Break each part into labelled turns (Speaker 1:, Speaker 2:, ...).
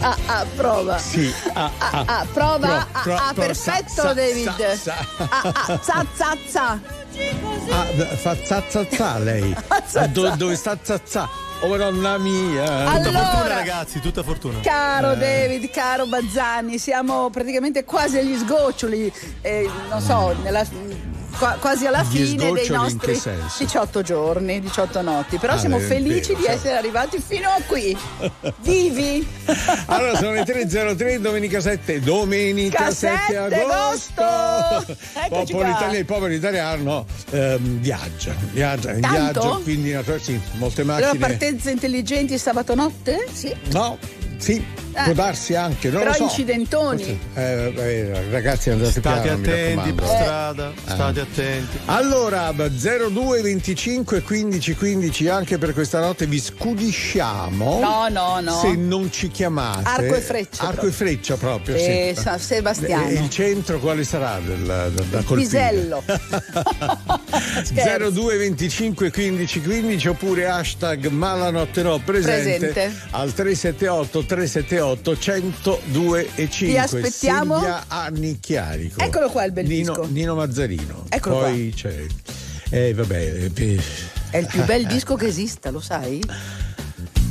Speaker 1: ah, ah, prova.
Speaker 2: Sì, ah,
Speaker 1: Ah,
Speaker 2: ah.
Speaker 1: ah, prova.
Speaker 2: Pro-
Speaker 1: Ah,
Speaker 2: pro-
Speaker 1: ah,
Speaker 2: pro-
Speaker 1: perfetto,
Speaker 2: sa- sa-
Speaker 1: David.
Speaker 2: sa- sa.
Speaker 1: Ah, ah, za, za, za.
Speaker 2: Ah, d- fa za za za lei.
Speaker 1: za,
Speaker 2: Do- dove sta za za? Oh nonna mia. Eh.
Speaker 1: Allora-
Speaker 3: Tutta fortuna, ragazzi, tutta fortuna.
Speaker 1: Caro David, caro Bazzani, siamo praticamente quasi agli sgoccioli, eh, non so, nella- qua- quasi alla
Speaker 2: Mm. Gli
Speaker 1: fine
Speaker 2: sgoccioli
Speaker 1: dei
Speaker 2: in che
Speaker 1: nostri
Speaker 2: senso?
Speaker 1: 18 giorni, 18 notti, però
Speaker 2: Ah,
Speaker 1: siamo
Speaker 2: è
Speaker 1: felici
Speaker 2: vero,
Speaker 1: di
Speaker 2: certo.
Speaker 1: essere arrivati fino a qui, vivi!
Speaker 2: Allora sono le 3.03, domenica 7, domenica 7
Speaker 1: 7
Speaker 2: agosto.
Speaker 1: agosto. Eccoci
Speaker 2: Popolo
Speaker 1: qua.
Speaker 2: italiano, il popolo italiano ehm, viaggia, viaggia, in
Speaker 1: Tanto?
Speaker 2: viaggio, quindi natura- sì, molte
Speaker 1: Allora
Speaker 2: macchine.
Speaker 1: partenze intelligenti sabato notte? Sì.
Speaker 2: No, sì,
Speaker 1: Eh.
Speaker 2: può darsi anche, non
Speaker 1: Però
Speaker 2: lo so.
Speaker 1: incidentoni.
Speaker 2: Eh, eh, ragazzi andate
Speaker 3: State
Speaker 2: piano, mi
Speaker 3: attenti per
Speaker 2: raccomando. Eh.
Speaker 3: strada, state attenti.
Speaker 2: Allora, 02 25 15 15 anche per questa notte vi scudisciamo.
Speaker 1: No, no, no.
Speaker 2: Se non ci chiamate.
Speaker 1: Arco e freccia
Speaker 2: Arco
Speaker 1: proprio.
Speaker 2: e freccia proprio,
Speaker 1: Eh,
Speaker 2: sì.
Speaker 1: San Sebastiano.
Speaker 2: E il centro quale sarà del, da, da colpire?
Speaker 1: Pisello.
Speaker 2: Ecco.
Speaker 1: Scherzo.
Speaker 2: 02 25 15 15 oppure hashtag malanotterò presente,
Speaker 1: Presente.
Speaker 2: al 378 378 102 e 5
Speaker 1: Vi aspettiamo.
Speaker 2: Silvia Annicchiarico
Speaker 1: Eccolo qua il bel
Speaker 2: Nino,
Speaker 1: disco.
Speaker 2: Nino Mazzarino
Speaker 1: Eccolo
Speaker 2: poi c'è eh vabbè eh, pe-
Speaker 1: È il più bel disco che esista, lo sai?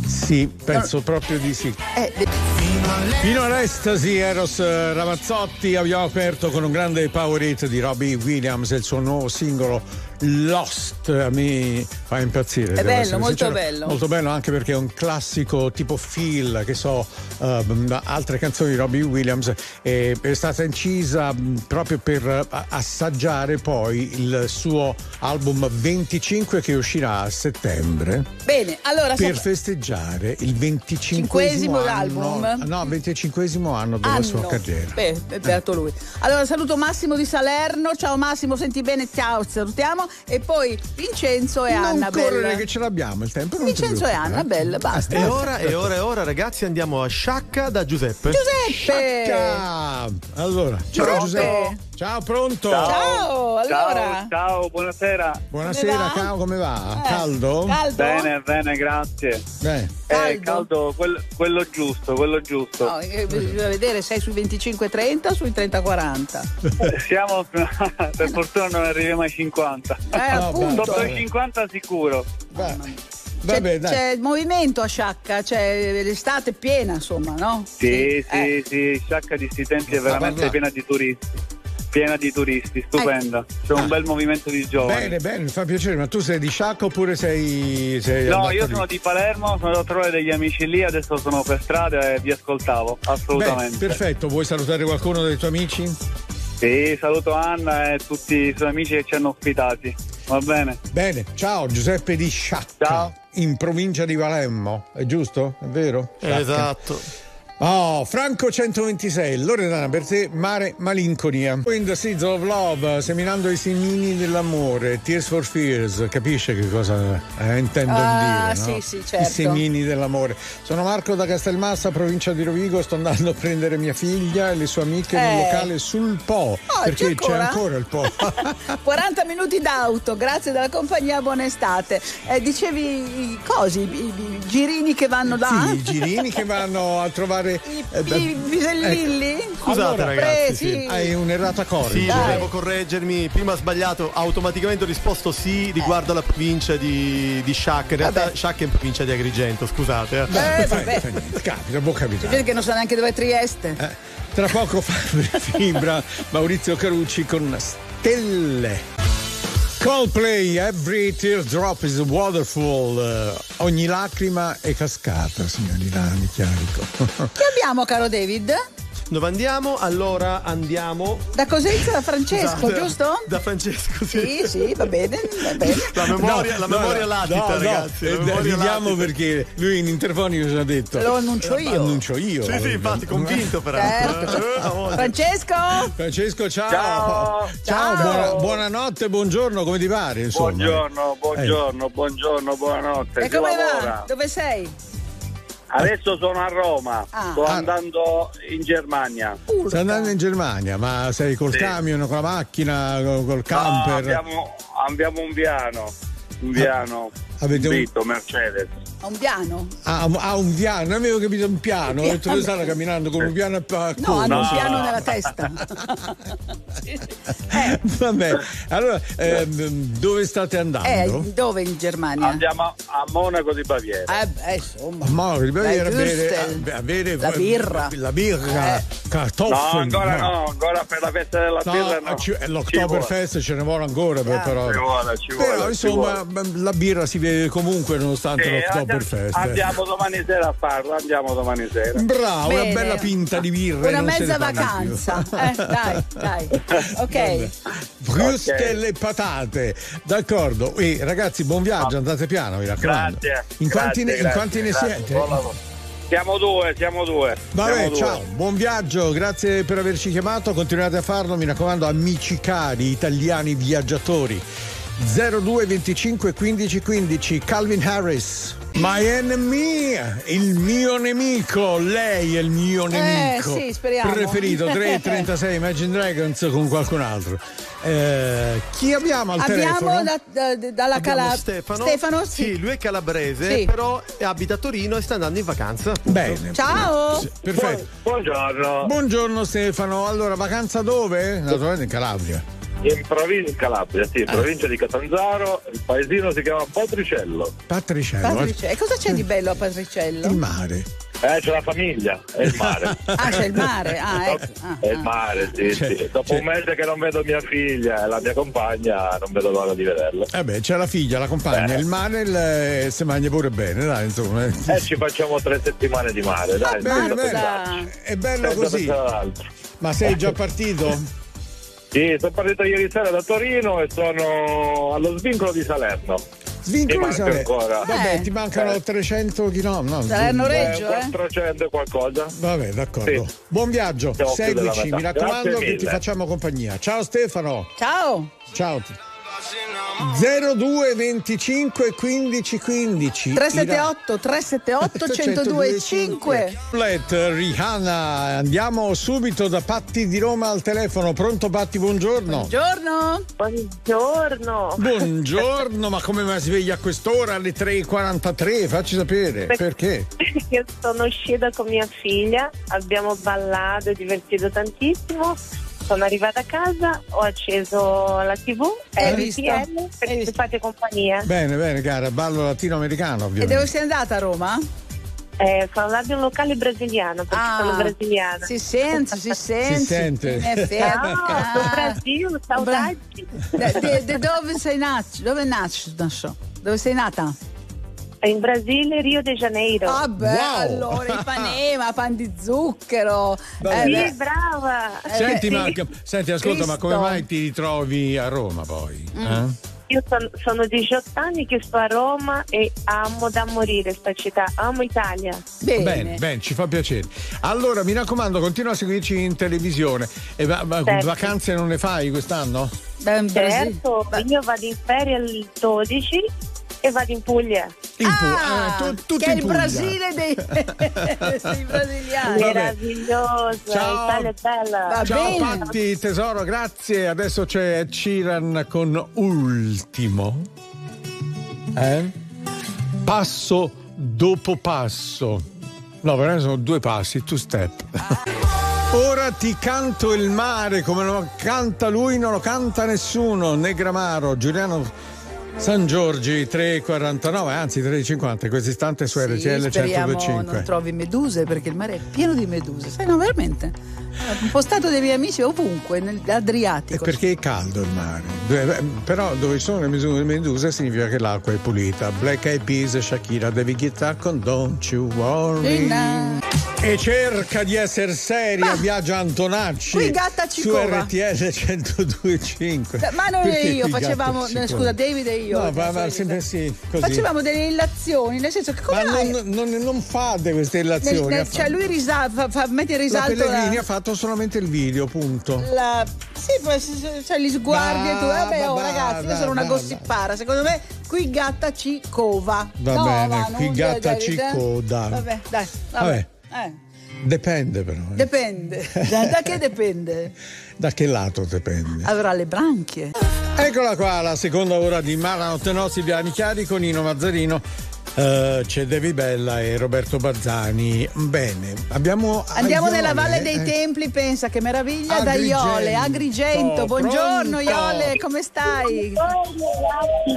Speaker 2: sì penso proprio di sì
Speaker 1: Eh,
Speaker 2: Fino all'estasi Eros eh, Ramazzotti abbiamo aperto con un grande power hit di Robbie Williams e il suo nuovo singolo Lost a me fa impazzire. devo
Speaker 1: bello,
Speaker 2: essere
Speaker 1: molto bello.
Speaker 2: Molto bello anche perché è un classico tipo Phil, che so, eh, mh, altre canzoni di Robbie Williams e è stata incisa mh, proprio per eh, assaggiare poi il suo album 25 che uscirà a settembre
Speaker 1: bene, allora
Speaker 2: per
Speaker 1: sap-
Speaker 2: festeggiare il 25
Speaker 1: Cinquesimo
Speaker 2: anno,
Speaker 1: album?
Speaker 2: no, 25 anno della
Speaker 1: anno.
Speaker 2: sua carriera.
Speaker 1: Beh, è beato lui. Allora saluto Massimo di Salerno, ciao Massimo, senti bene, ciao, salutiamo e poi Vincenzo e
Speaker 2: non correre
Speaker 1: Annabella.
Speaker 2: che ce l'abbiamo il tempo. non eh. ti
Speaker 1: Vincenzo e
Speaker 2: preoccupare.
Speaker 1: Annabella, basta.
Speaker 3: E ora, e ora, e ora, ragazzi, andiamo a Sciacca da Giuseppe.
Speaker 1: Giuseppe!
Speaker 2: Ciao. Allora, ciao
Speaker 1: Pronto?
Speaker 2: Giuseppe. Ciao, pronto?
Speaker 1: Ciao, allora.
Speaker 4: Ciao, ciao, buonasera.
Speaker 2: Buonasera,
Speaker 1: Come va?
Speaker 2: ciao, come va?
Speaker 1: Eh,
Speaker 2: Caldo?
Speaker 1: Caldo?
Speaker 4: Bene, bene, grazie.
Speaker 2: Beh,
Speaker 4: È
Speaker 1: Caldo?
Speaker 4: caldo, quel- quello giusto, quello giusto.
Speaker 1: No, eh, bisogna vedere, sei sui 25-30 o sui 30-40?
Speaker 4: Siamo, per fortuna non arriviamo ai 50.
Speaker 1: Eh,
Speaker 2: No,
Speaker 1: appunto.
Speaker 4: Sotto i 50 sicuro.
Speaker 2: va-
Speaker 1: C'è,
Speaker 2: vabbè, dai.
Speaker 1: c'è movimento a Sciacca, c'è l'estate è piena, insomma, no?
Speaker 4: Sì, sì,
Speaker 1: eh.
Speaker 4: sì, Sciacca di sti tempi è
Speaker 2: Non sta
Speaker 4: veramente
Speaker 2: parlando.
Speaker 4: piena di turisti. Piena di
Speaker 1: Eh.
Speaker 4: turisti, stupenda. C'è un bel movimento di giovani.
Speaker 2: Bene, bene, mi fa piacere, ma tu sei di Sciacca oppure sei. sei
Speaker 4: No,
Speaker 2: andato
Speaker 4: io
Speaker 2: lì?
Speaker 4: sono di Palermo, sono andato a trovare degli amici lì, adesso sono per strada e vi ascoltavo,
Speaker 2: Beh,
Speaker 4: assolutamente.
Speaker 2: perfetto, vuoi salutare qualcuno dei tuoi amici?
Speaker 4: Sì, saluto Anna e tutti i suoi amici che ci hanno ospitati. Va bene?
Speaker 2: Bene, ciao Giuseppe di Sciacca.
Speaker 4: Ciao.
Speaker 2: In provincia di Palermo, è giusto? È vero? Sciacca.
Speaker 3: Esatto.
Speaker 2: Oh, Franco 126, Loredana per te, mare malinconia. In the seeds of love, seminando i semini dell'amore, tears for fears, capisce che cosa eh, intendono
Speaker 1: Ah,
Speaker 2: dire? no?
Speaker 1: sì, sì, certo.
Speaker 2: I semini dell'amore. Sono Marco da Castelmassa, provincia di Rovigo, sto andando a prendere mia figlia e le sue amiche in un
Speaker 1: Eh.
Speaker 2: locale sul Po,
Speaker 1: Oggi
Speaker 2: perché c'è ancora
Speaker 1: ancora?
Speaker 2: il Po. Ah,
Speaker 1: 40 minuti d'auto, grazie della compagnia, buona estate. Eh, dicevi i cosi, i, i- i girini che vanno là?
Speaker 2: Sì, i girini che vanno a trovare.
Speaker 1: I,
Speaker 2: eh, beh,
Speaker 1: i pisellilli?
Speaker 3: Scusate, ragazzi,
Speaker 1: presi.
Speaker 3: sì.
Speaker 2: Hai un'errata
Speaker 3: Sì,
Speaker 2: corrida.
Speaker 1: Dai.
Speaker 3: volevo correggermi, prima ho sbagliato, automaticamente ho risposto sì riguardo alla provincia di, di Sciacca. In realtà
Speaker 1: Vabbè.
Speaker 3: Sciacca è in provincia di Agrigento, scusate. eh.
Speaker 1: Eh,
Speaker 2: Fai-
Speaker 1: vabbè.
Speaker 2: fai Cioè, niente. Capita, può capitare.
Speaker 1: Vedi che non sa neanche dove è Trieste.
Speaker 2: Eh, tra poco Fabio Fibra, Maurizio Carucci con Stelle. Coldplay, every teardrop is waterfall. Eh, ogni lacrima è cascata, signorina Michiarico.
Speaker 1: Che abbiamo, caro David?
Speaker 3: Dove andiamo? Allora andiamo.
Speaker 1: Da Cosenza da Francesco,
Speaker 3: Scusate,
Speaker 1: giusto?
Speaker 3: Da Francesco, sì.
Speaker 1: Sì, sì, va bene, va bene.
Speaker 3: La memoria, la memoria latita,
Speaker 2: no, no,
Speaker 3: ragazzi. la
Speaker 2: eh,
Speaker 3: memoria
Speaker 2: ridiamo
Speaker 3: latita.
Speaker 2: perché lui in interfonio ci ha detto.
Speaker 1: Lo annuncio
Speaker 2: eh,
Speaker 1: io.
Speaker 2: Annuncio io. eh,
Speaker 3: Sì, sì, infatti, convinto peraltro.
Speaker 1: Certo.
Speaker 3: Eh, a voglia.
Speaker 1: Francesco?
Speaker 2: Francesco, ciao.
Speaker 4: Ciao.
Speaker 2: Ciao,
Speaker 1: Ciao.
Speaker 2: buona- buonanotte, buongiorno, come ti pare? Insomma. Eh.
Speaker 4: Buongiorno, buongiorno, buongiorno, buonanotte.
Speaker 1: E
Speaker 4: Si
Speaker 1: ecco come va?
Speaker 4: lavora.
Speaker 1: Dove sei?
Speaker 4: Adesso sono a Roma,
Speaker 1: Ah.
Speaker 4: sto
Speaker 2: Ah.
Speaker 4: andando in Germania.
Speaker 2: Eh, Stai andando in Germania, ma sei col
Speaker 4: Sì.
Speaker 2: camion, con la macchina, col, col
Speaker 4: Ah,
Speaker 2: camper?
Speaker 4: abbiamo, abbiamo un piano, un piano,
Speaker 2: Ah, Avete
Speaker 4: un
Speaker 2: un-
Speaker 4: Vito, Mercedes.
Speaker 1: A un piano?
Speaker 2: Ah, ah, un piano, non avevo capito un piano, ho detto dove stava camminando con un piano a a
Speaker 1: No,
Speaker 2: coda.
Speaker 1: hanno un
Speaker 4: No.
Speaker 1: piano nella testa. eh,
Speaker 2: Vabbè, allora ehm, dove state andando?
Speaker 1: eh, dove in Germania?
Speaker 4: Andiamo a, a Monaco di Baviera.
Speaker 1: Eh, beh, insomma.
Speaker 2: Oh, Mauri,
Speaker 1: La
Speaker 2: bere,
Speaker 1: Würstel.
Speaker 2: bere, a bere
Speaker 1: eh, la birra.
Speaker 2: la birra,
Speaker 1: Eh.
Speaker 2: cartoffeln,
Speaker 4: No, ancora no, ancora per la festa della
Speaker 2: No,
Speaker 4: birra no.
Speaker 2: ci- eh,
Speaker 4: Ci
Speaker 2: l'Oktoberfest ce ne vuole ancora per-
Speaker 1: Ah.
Speaker 2: però.
Speaker 4: vuole, ci vuole,
Speaker 2: Però
Speaker 4: ci
Speaker 2: insomma
Speaker 4: vuole.
Speaker 2: mh, la birra si vede comunque nonostante
Speaker 4: Sì,
Speaker 2: l'Oktoberfest.
Speaker 4: andiamo, andiamo domani sera a farlo, andiamo domani sera.
Speaker 2: Bravo,
Speaker 1: Bene.
Speaker 2: una bella pinta di birra. e
Speaker 1: Una
Speaker 2: non se ne
Speaker 1: mezza
Speaker 2: parla più.
Speaker 1: vacanza. Eh, dai, dai.
Speaker 2: Vabbè.
Speaker 1: Ok.
Speaker 2: Brusche
Speaker 4: Ok.
Speaker 2: e patate, d'accordo. E ragazzi, buon viaggio, andate piano, mi raccomando.
Speaker 4: Ah. Grazie.
Speaker 2: In quanti, ne-
Speaker 4: grazie,
Speaker 2: in quanti ne
Speaker 4: grazie,
Speaker 2: siete?
Speaker 4: buon lavoro. Siamo due, siamo due.
Speaker 2: Vabbè,
Speaker 4: siamo
Speaker 2: ciao,
Speaker 4: due.
Speaker 2: buon viaggio, grazie per averci chiamato, continuate a farlo, mi raccomando, amici cari, italiani viaggiatori. 02 25 15 15 Calvin Harris My enemy Il mio nemico Lei è il mio nemico
Speaker 1: Eh, sì, speriamo.
Speaker 2: Preferito 336 Imagine Dragons con qualcun altro Eh, Chi abbiamo al
Speaker 1: Abbiamo
Speaker 2: telefono?
Speaker 1: da- da- dalla
Speaker 3: Abbiamo
Speaker 1: Calabria.
Speaker 3: Stefano.
Speaker 1: sì.
Speaker 3: lui è calabrese,
Speaker 1: Sì.
Speaker 3: però abita a Torino e sta andando in vacanza.
Speaker 2: Bene
Speaker 1: Ciao.
Speaker 2: Sì, Perfetto
Speaker 4: Buongiorno.
Speaker 2: Buongiorno Stefano Allora vacanza dove? Naturalmente in Calabria
Speaker 4: In provincia in Calabria, sì,
Speaker 2: Ah.
Speaker 4: provincia di Catanzaro, il paesino si chiama Patricello.
Speaker 2: Patricello
Speaker 1: Patrice- E cosa c'è di bello a Patricello?
Speaker 2: Il mare.
Speaker 4: Eh, c'è la famiglia, è il mare.
Speaker 1: Ah, c'è il mare. Ah, ecco. Ah,
Speaker 4: È il
Speaker 1: ah.
Speaker 4: mare, sì,
Speaker 2: Cioè,
Speaker 4: sì. Dopo
Speaker 2: cioè-
Speaker 4: un mese che non vedo mia figlia e la mia compagna, non vedo l'ora di vederla.
Speaker 2: Eh beh, c'è la figlia, la compagna,
Speaker 4: Eh.
Speaker 2: il mare il- eh, se mangia pure bene, dai, insomma.
Speaker 4: E Eh, ci facciamo tre settimane di mare, dai.
Speaker 1: bene,
Speaker 4: senza
Speaker 1: bene.
Speaker 4: pensarci,
Speaker 2: È Ah, bello
Speaker 4: senza
Speaker 2: così.
Speaker 4: pensare ad altro.
Speaker 2: Ma sei già partito?
Speaker 4: Sì, sono partito ieri sera da Torino e sono allo svincolo di Salerno.
Speaker 2: Svincoli
Speaker 4: manca
Speaker 2: Salerno.
Speaker 4: ancora.
Speaker 2: Vabbè,
Speaker 1: Eh.
Speaker 2: ti mancano
Speaker 4: Eh.
Speaker 2: 300 km. No,
Speaker 1: Salerno
Speaker 2: giù.
Speaker 1: Reggio.
Speaker 4: Eh, 400 e qualcosa.
Speaker 2: Vabbè, d'accordo.
Speaker 4: Sì.
Speaker 2: Buon viaggio,
Speaker 4: Siamo più della
Speaker 2: seguici,
Speaker 4: metà.
Speaker 2: mi raccomando
Speaker 4: Grazie
Speaker 2: che ti
Speaker 4: mille.
Speaker 2: facciamo compagnia. Ciao Stefano.
Speaker 1: Ciao.
Speaker 2: Ciao. 02 25 15 15
Speaker 1: 378 378 1025
Speaker 2: Let, Rihanna, andiamo subito da Patti di Roma al telefono. Pronto Patti, buongiorno.
Speaker 1: Buongiorno.
Speaker 5: Buongiorno.
Speaker 2: Buongiorno, ma come mi sveglia a quest'ora alle 3.43? Facci sapere
Speaker 5: Beh.
Speaker 2: perché.
Speaker 1: eh.
Speaker 5: Io sono uscita con mia figlia, abbiamo ballato e divertito tantissimo. Sono arrivata a casa, ho acceso la tv
Speaker 1: Hai
Speaker 5: e
Speaker 1: visto?
Speaker 5: RTL
Speaker 1: Hai
Speaker 5: perché
Speaker 1: visto?
Speaker 5: ci fate compagnia.
Speaker 2: Bene, bene, cara, ballo latinoamericano
Speaker 1: E dove
Speaker 2: ovviamente.
Speaker 1: sei andata a Roma? Ah,
Speaker 5: Eh, sono andata in un locale brasiliano perché sono brasiliana.
Speaker 1: Si sente, si sente.
Speaker 2: sente.
Speaker 1: In effetti.
Speaker 5: Ciao, sono
Speaker 1: Ah.
Speaker 5: Brasile, saudade.
Speaker 1: Da- de- de dove sei nato? Dove nasci? Non so. Dove sei nata?
Speaker 5: In Brasile, Rio de Janeiro.
Speaker 1: Vabbè,
Speaker 2: Wow.
Speaker 1: allora Ipanema, pan di zucchero.
Speaker 2: Dai.
Speaker 1: Eh,
Speaker 5: sì,
Speaker 1: beh,
Speaker 5: brava.
Speaker 1: Eh,
Speaker 2: Senti,
Speaker 1: sì.
Speaker 2: ma, senti, ascolta, ma
Speaker 1: Cristo. Mm.
Speaker 2: come mai ti ritrovi a Roma poi? eh?
Speaker 5: Io son- sono 18 anni che sto a Roma e amo da morire sta città, amo Italia.
Speaker 1: bene.
Speaker 2: Bene, bene, ci fa piacere. Allora, mi raccomando, continua a seguirci in televisione. E va- va-
Speaker 5: Certo.
Speaker 2: vacanze non le fai quest'anno?
Speaker 1: Beh, in Brasile.
Speaker 5: Certo,
Speaker 1: Beh,
Speaker 5: io vado in ferie il 12 e vado in Puglia.
Speaker 2: In
Speaker 1: ah,
Speaker 2: Pu- eh, tu- tutti
Speaker 1: che è
Speaker 2: in
Speaker 1: il
Speaker 2: Puglia.
Speaker 1: Brasile dei, dei brasiliani.
Speaker 2: Vabbè.
Speaker 5: Meravigliosa,
Speaker 2: Ciao.
Speaker 5: Italia è bella.
Speaker 1: Va
Speaker 2: Ciao
Speaker 1: bene.
Speaker 2: Patti, tesoro, grazie. Adesso c'è Ciran con ultimo. Eh? Passo dopo passo. No, veramente sono due passi, two step. Ora ti canto il mare come lo canta lui, non lo canta nessuno, né Gramaro, Giuliano San Giorgi 349, anzi 350, in questo istante su
Speaker 1: Sì,
Speaker 2: RTL
Speaker 1: speriamo
Speaker 2: 1025.
Speaker 1: non trovi meduse perché il mare è pieno di meduse. Sai, no, veramente. Ho postato dei miei amici ovunque,
Speaker 2: È
Speaker 1: nell'Adriatico.
Speaker 2: perché è caldo il mare, Dove- eh, però dove ci sono le medu- meduse significa che l'acqua è pulita. Black Eyed Peas, Shakira, David Guetta con Don't You Worry. E cerca di essere seria, Viaggia Antonacci.
Speaker 1: qui Gatta ci
Speaker 2: Su
Speaker 1: cova.
Speaker 2: RTL 102.5.
Speaker 1: Ma noi
Speaker 2: Perché
Speaker 1: e io
Speaker 2: qui Gatta
Speaker 1: facevamo,
Speaker 2: ci
Speaker 1: no,
Speaker 2: cova?
Speaker 1: scusa, David e io.
Speaker 2: No, ma,
Speaker 1: non so
Speaker 2: ma
Speaker 1: io,
Speaker 2: sempre sì, così.
Speaker 1: Facevamo delle illazioni, nel senso che
Speaker 2: ma
Speaker 1: come mai?
Speaker 2: non, non, non fate queste
Speaker 1: nel-
Speaker 2: illazioni.
Speaker 1: nel-
Speaker 2: ha
Speaker 1: cioè
Speaker 2: fatto-
Speaker 1: lui risa- fa, fa- mette in
Speaker 2: la
Speaker 1: risalto
Speaker 2: Pellegrini
Speaker 1: la,
Speaker 2: ha fatto solamente il video, punto.
Speaker 1: la- sì, poi- cioè, gli sguardi e tu,
Speaker 2: Bah,
Speaker 1: vabbè, oh,
Speaker 2: bah,
Speaker 1: ragazzi, io
Speaker 2: bah,
Speaker 1: sono una
Speaker 2: bah,
Speaker 1: gossipara. Secondo me qui gatta ci cova.
Speaker 2: Va
Speaker 1: No,
Speaker 2: bene,
Speaker 1: va,
Speaker 2: qui
Speaker 1: non-
Speaker 2: gatta
Speaker 1: dai,
Speaker 2: ci
Speaker 1: dai.
Speaker 2: coda.
Speaker 1: Vabbè, dai,
Speaker 2: Vabbè.
Speaker 1: vabbè. Eh.
Speaker 2: Dipende però. eh.
Speaker 1: Dipende, da, da che dipende?
Speaker 2: da che lato dipende.
Speaker 1: Avrà le branchie.
Speaker 2: Eccola qua la seconda ora di Maranotte Nozzi Piani Chiari con Nino Mazzarino Eh, c'è Devi Bella e Roberto Barzani. Bene, abbiamo.
Speaker 1: Andiamo
Speaker 2: Aiole,
Speaker 1: nella Valle dei
Speaker 2: eh.
Speaker 1: Templi, pensa che meraviglia,
Speaker 2: Agrigento.
Speaker 1: da Iole, Agrigento, buongiorno
Speaker 2: Pronto?
Speaker 1: Iole, come stai?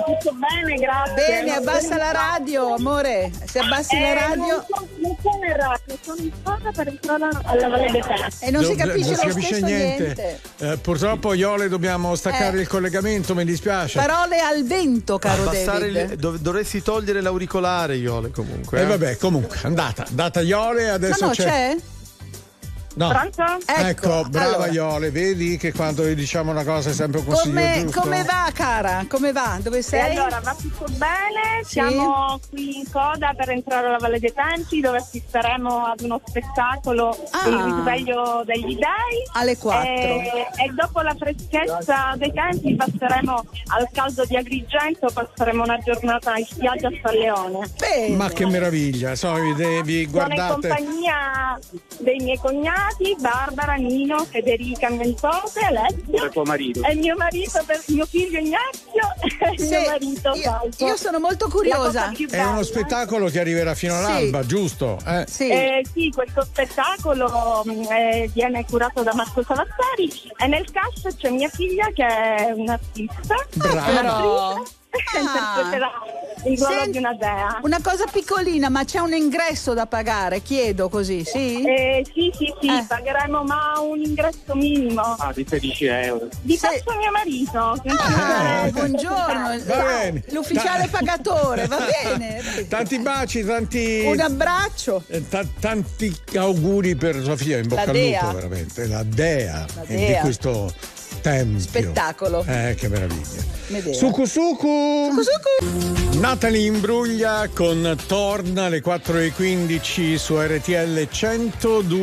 Speaker 6: Tutto bene, grazie. Eh,
Speaker 1: Bene, abbassa la radio, amore, se abbassi la radio
Speaker 6: Non sono, non sono in radio, sono in strada per entrare alla Valle dei Templi.
Speaker 1: e non si
Speaker 2: Do- non
Speaker 1: capisce lo
Speaker 2: si capisce
Speaker 1: stesso niente.
Speaker 2: niente. Eh, purtroppo, Iole, dobbiamo staccare
Speaker 1: Eh.
Speaker 2: il collegamento, mi dispiace.
Speaker 1: Parole al vento, caro
Speaker 3: Abbassare
Speaker 1: David.
Speaker 3: il- dov- dovresti togliere l'auricolare, Iole, comunque.
Speaker 2: E
Speaker 3: eh.
Speaker 2: vabbè, comunque, andata. Andata Iole,
Speaker 1: No,
Speaker 2: adesso
Speaker 1: no,
Speaker 2: c'è.
Speaker 1: c'è?
Speaker 2: No.
Speaker 6: Pronto?
Speaker 2: Ecco, brava
Speaker 1: allora,
Speaker 2: Iole, vedi che quando gli diciamo una cosa è sempre un consiglio
Speaker 1: Come,
Speaker 2: giusto?
Speaker 1: come va, cara? Come va? Dove
Speaker 6: E
Speaker 1: sei?
Speaker 6: allora, va tutto bene,
Speaker 1: Sì.
Speaker 6: siamo qui in coda per entrare alla Valle dei Templi dove assisteremo ad uno spettacolo,
Speaker 1: Ah.
Speaker 6: il risveglio degli dei.
Speaker 1: Alle 4.
Speaker 6: E, e dopo la freschezza dei tempi passeremo al caldo di Agrigento, passeremo una giornata in spiaggia a San Leone.
Speaker 1: Bene.
Speaker 2: Ma che meraviglia, so, vi, de- vi
Speaker 6: Sono in
Speaker 2: guardate.
Speaker 6: compagnia dei miei cognati, Barbara, Nino, Federica, Mentose, Alessio.
Speaker 4: Del tuo marito.
Speaker 6: E mio marito, per- mio figlio Ignazio e
Speaker 1: Sì,
Speaker 6: mio marito
Speaker 1: io,
Speaker 6: Falco.
Speaker 1: io sono molto
Speaker 6: La
Speaker 1: curiosa.
Speaker 6: cosa più
Speaker 2: È uno
Speaker 6: bella.
Speaker 2: spettacolo che arriverà fino all'alba, giusto? Eh?
Speaker 1: Sì.
Speaker 6: Eh, sì, questo spettacolo mh, eh, viene curato da Marco Salassari e nel cast c'è mia figlia che è un'artista,
Speaker 2: Brava.
Speaker 6: un'attrice,
Speaker 1: Ah.
Speaker 6: che interpreterà il ruolo
Speaker 1: Sen-
Speaker 6: di una dea.
Speaker 1: Una cosa piccolina, ma c'è un ingresso da pagare, chiedo così, sì?
Speaker 6: Eh, sì, sì, sì,
Speaker 1: Eh.
Speaker 6: pagheremo ma un ingresso minimo.
Speaker 4: Ah, di 16
Speaker 7: eh.
Speaker 4: euro.
Speaker 6: Di
Speaker 1: Se-
Speaker 6: faccio mio marito. Eh, che
Speaker 1: Ah,
Speaker 6: è-
Speaker 1: buongiorno,
Speaker 2: Eh,
Speaker 1: Eh,
Speaker 2: Va bene.
Speaker 1: l'ufficiale
Speaker 2: Ta-
Speaker 1: pagatore, va bene.
Speaker 2: Tanti baci, tanti.
Speaker 1: Un abbraccio.
Speaker 2: eh, ta- tanti auguri per Sofia, in bocca
Speaker 1: La
Speaker 2: al
Speaker 1: dea.
Speaker 2: lupo, veramente. La dea,
Speaker 1: La
Speaker 2: eh, di
Speaker 1: dea.
Speaker 2: questo tempio.
Speaker 1: Spettacolo.
Speaker 2: Eh, che meraviglia.
Speaker 1: Medea.
Speaker 2: Suku Suku.
Speaker 1: Suku.
Speaker 2: Natalie Imbruglia con Torna alle 4.15 su RTL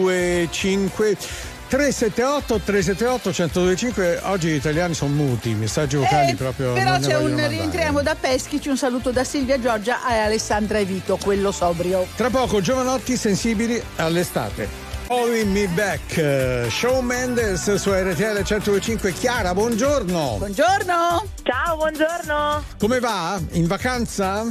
Speaker 2: 1025. 378 378 1025 oggi gli italiani sono muti, messaggi vocali
Speaker 1: Eh,
Speaker 2: proprio.
Speaker 1: però
Speaker 2: non ne
Speaker 1: c'è
Speaker 2: vogliono
Speaker 1: un
Speaker 2: mandare.
Speaker 1: rientriamo da Peschici, un saluto da Silvia Giorgia e Alessandra e Vito, quello sobrio.
Speaker 2: Tra poco giovanotti sensibili all'estate. Calling me back, eh, Shawn Mendes su RTL 1025. Chiara, buongiorno.
Speaker 1: Buongiorno.
Speaker 8: Ciao, buongiorno.
Speaker 2: Come va? In vacanza?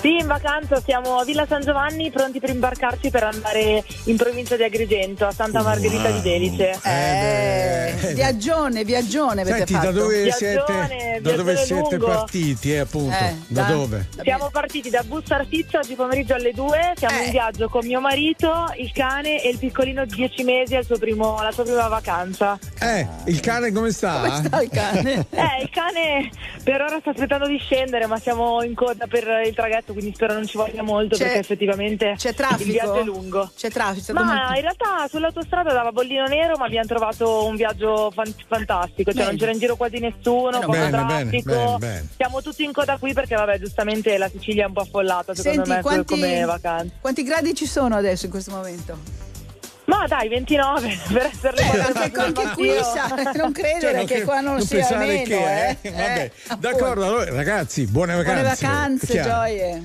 Speaker 8: Sì, in vacanza siamo a Villa San Giovanni, pronti per imbarcarci per andare in provincia di Agrigento, a
Speaker 2: Uh,
Speaker 8: Santa Margherita di Delice.
Speaker 2: Eh,
Speaker 1: Eh,
Speaker 2: beh.
Speaker 1: viaggione, viaggione avete
Speaker 2: Senti,
Speaker 1: fatto.
Speaker 2: da dove
Speaker 8: Viaggione,
Speaker 2: siete, da
Speaker 8: viaggione
Speaker 2: dove siete
Speaker 8: lungo.
Speaker 2: partiti, eh, appunto?
Speaker 1: Eh,
Speaker 2: da,
Speaker 1: da-
Speaker 2: dove?
Speaker 8: Siamo partiti da Bussartizio oggi pomeriggio alle 2, siamo
Speaker 1: Eh.
Speaker 8: in viaggio con mio marito, il cane e il piccolino di 10 mesi al suo primo- alla sua prima vacanza.
Speaker 2: Eh, il cane come sta?
Speaker 1: Come sta il cane?
Speaker 8: Eh, il cane per ora sta aspettando di scendere, ma siamo in coda per il traghetto, quindi spero non ci voglia molto
Speaker 1: C'è-
Speaker 8: perché effettivamente
Speaker 1: C'è traffico?
Speaker 8: il viaggio è lungo.
Speaker 1: C'è traffico?
Speaker 8: Ma
Speaker 1: Come-
Speaker 8: in realtà sull'autostrada dava bollino nero, ma abbiamo trovato un viaggio fan- fantastico. Cioè,
Speaker 1: Bene.
Speaker 8: non c'era in giro quasi nessuno,
Speaker 1: Bene,
Speaker 8: poco
Speaker 2: bene,
Speaker 8: traffico.
Speaker 2: bene, bene.
Speaker 8: Siamo tutti in coda qui perché, vabbè, giustamente la Sicilia è un po' affollata, secondo
Speaker 1: Senti,
Speaker 8: me,
Speaker 1: quanti-
Speaker 8: come vacanza.
Speaker 1: Quanti gradi ci sono adesso in questo momento?
Speaker 8: Ma dai, 29 per essere le
Speaker 1: Eh,
Speaker 8: vacanze
Speaker 1: perché
Speaker 8: al
Speaker 1: anche qui
Speaker 8: mattino.
Speaker 1: sa, non credere
Speaker 2: Cioè,
Speaker 1: che
Speaker 2: cre-
Speaker 1: qua non, sia
Speaker 2: pensare
Speaker 1: meno,
Speaker 2: che,
Speaker 1: eh.
Speaker 2: eh, Vabbè,
Speaker 1: Eh, appunto.
Speaker 2: d'accordo, allora, ragazzi, buone vacanze.
Speaker 1: Buone vacanze,
Speaker 2: Chiaro.
Speaker 1: gioie.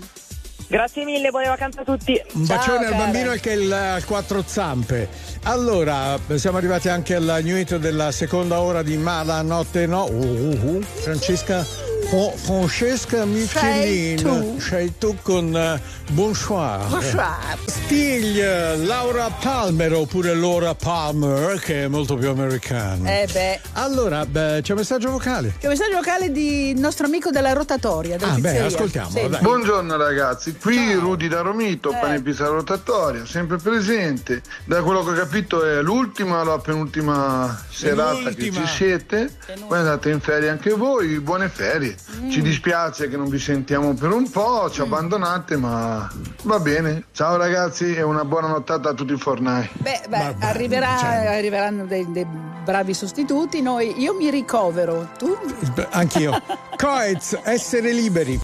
Speaker 8: Grazie mille, buone vacanze a tutti.
Speaker 2: Un
Speaker 1: Ciao,
Speaker 2: bacione al
Speaker 1: cara.
Speaker 2: bambino e che il- al quattro zampe. Allora, siamo arrivati anche al newito della seconda ora di Ma la notte no. Uh, uh, uh. Francesca Fo- Francesca Michelin.
Speaker 1: tu.
Speaker 2: Sei tu con eh, Bonsoir.
Speaker 1: Oh, Bonsoir.
Speaker 2: Stigl, Laura Palmer oppure Laura Palmer, che è molto più americana.
Speaker 1: Eh beh.
Speaker 2: Allora, beh, c'è un messaggio vocale.
Speaker 1: C'è un messaggio vocale di nostro amico della rotatoria. della
Speaker 2: Ah, beh,
Speaker 1: pizzeria.
Speaker 2: ascoltiamolo,
Speaker 1: Sì.
Speaker 2: dai.
Speaker 9: Buongiorno ragazzi, qui Rudy da Romito,
Speaker 1: Eh.
Speaker 9: pane pizza rotatoria, sempre presente. Da quello che ho capito è l'ultima, la penultima serata che
Speaker 2: Penultima.
Speaker 9: ci siete. Poi andate in ferie anche voi, buone ferie.
Speaker 1: Mm.
Speaker 9: Ci dispiace che non vi sentiamo per un po', ci abbandonate, ma va bene. Ciao ragazzi e una buona nottata a tutti i fornai.
Speaker 1: Beh, beh,
Speaker 2: Ma- ma-
Speaker 1: arriverà-
Speaker 2: cioè-
Speaker 1: arriveranno dei, dei bravi sostituti. Noi, io mi ricovero, tu?
Speaker 2: Beh, Anch'io. Coez, essere liberi.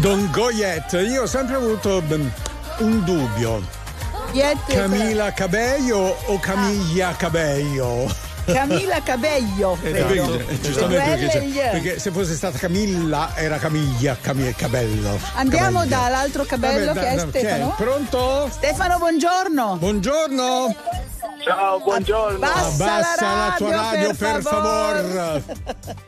Speaker 2: Don Goyet, io ho sempre avuto beh, un dubbio.
Speaker 1: Iette-
Speaker 2: Camila Cabello o Camiglia Cabello? Esatto.
Speaker 1: Camilla Ah. Cabello. credo.
Speaker 2: Capito? Giustamente
Speaker 1: Quelle
Speaker 2: perché, c'è-
Speaker 1: gli-
Speaker 2: perché se fosse stata Camilla era Camiglia Cami- Cabello.
Speaker 1: Andiamo
Speaker 2: Cabello.
Speaker 1: dall'altro Cabello
Speaker 2: Vabbè, da-
Speaker 1: che è
Speaker 2: da- chi
Speaker 1: Stefano.
Speaker 2: Pronto?
Speaker 1: Stefano, buongiorno.
Speaker 2: Buongiorno.
Speaker 4: Ciao, buongiorno.
Speaker 1: Basta. Abbassa la
Speaker 2: Abbassa la, tua
Speaker 1: radio,
Speaker 2: radio
Speaker 1: per
Speaker 2: per
Speaker 1: favor.
Speaker 2: favore.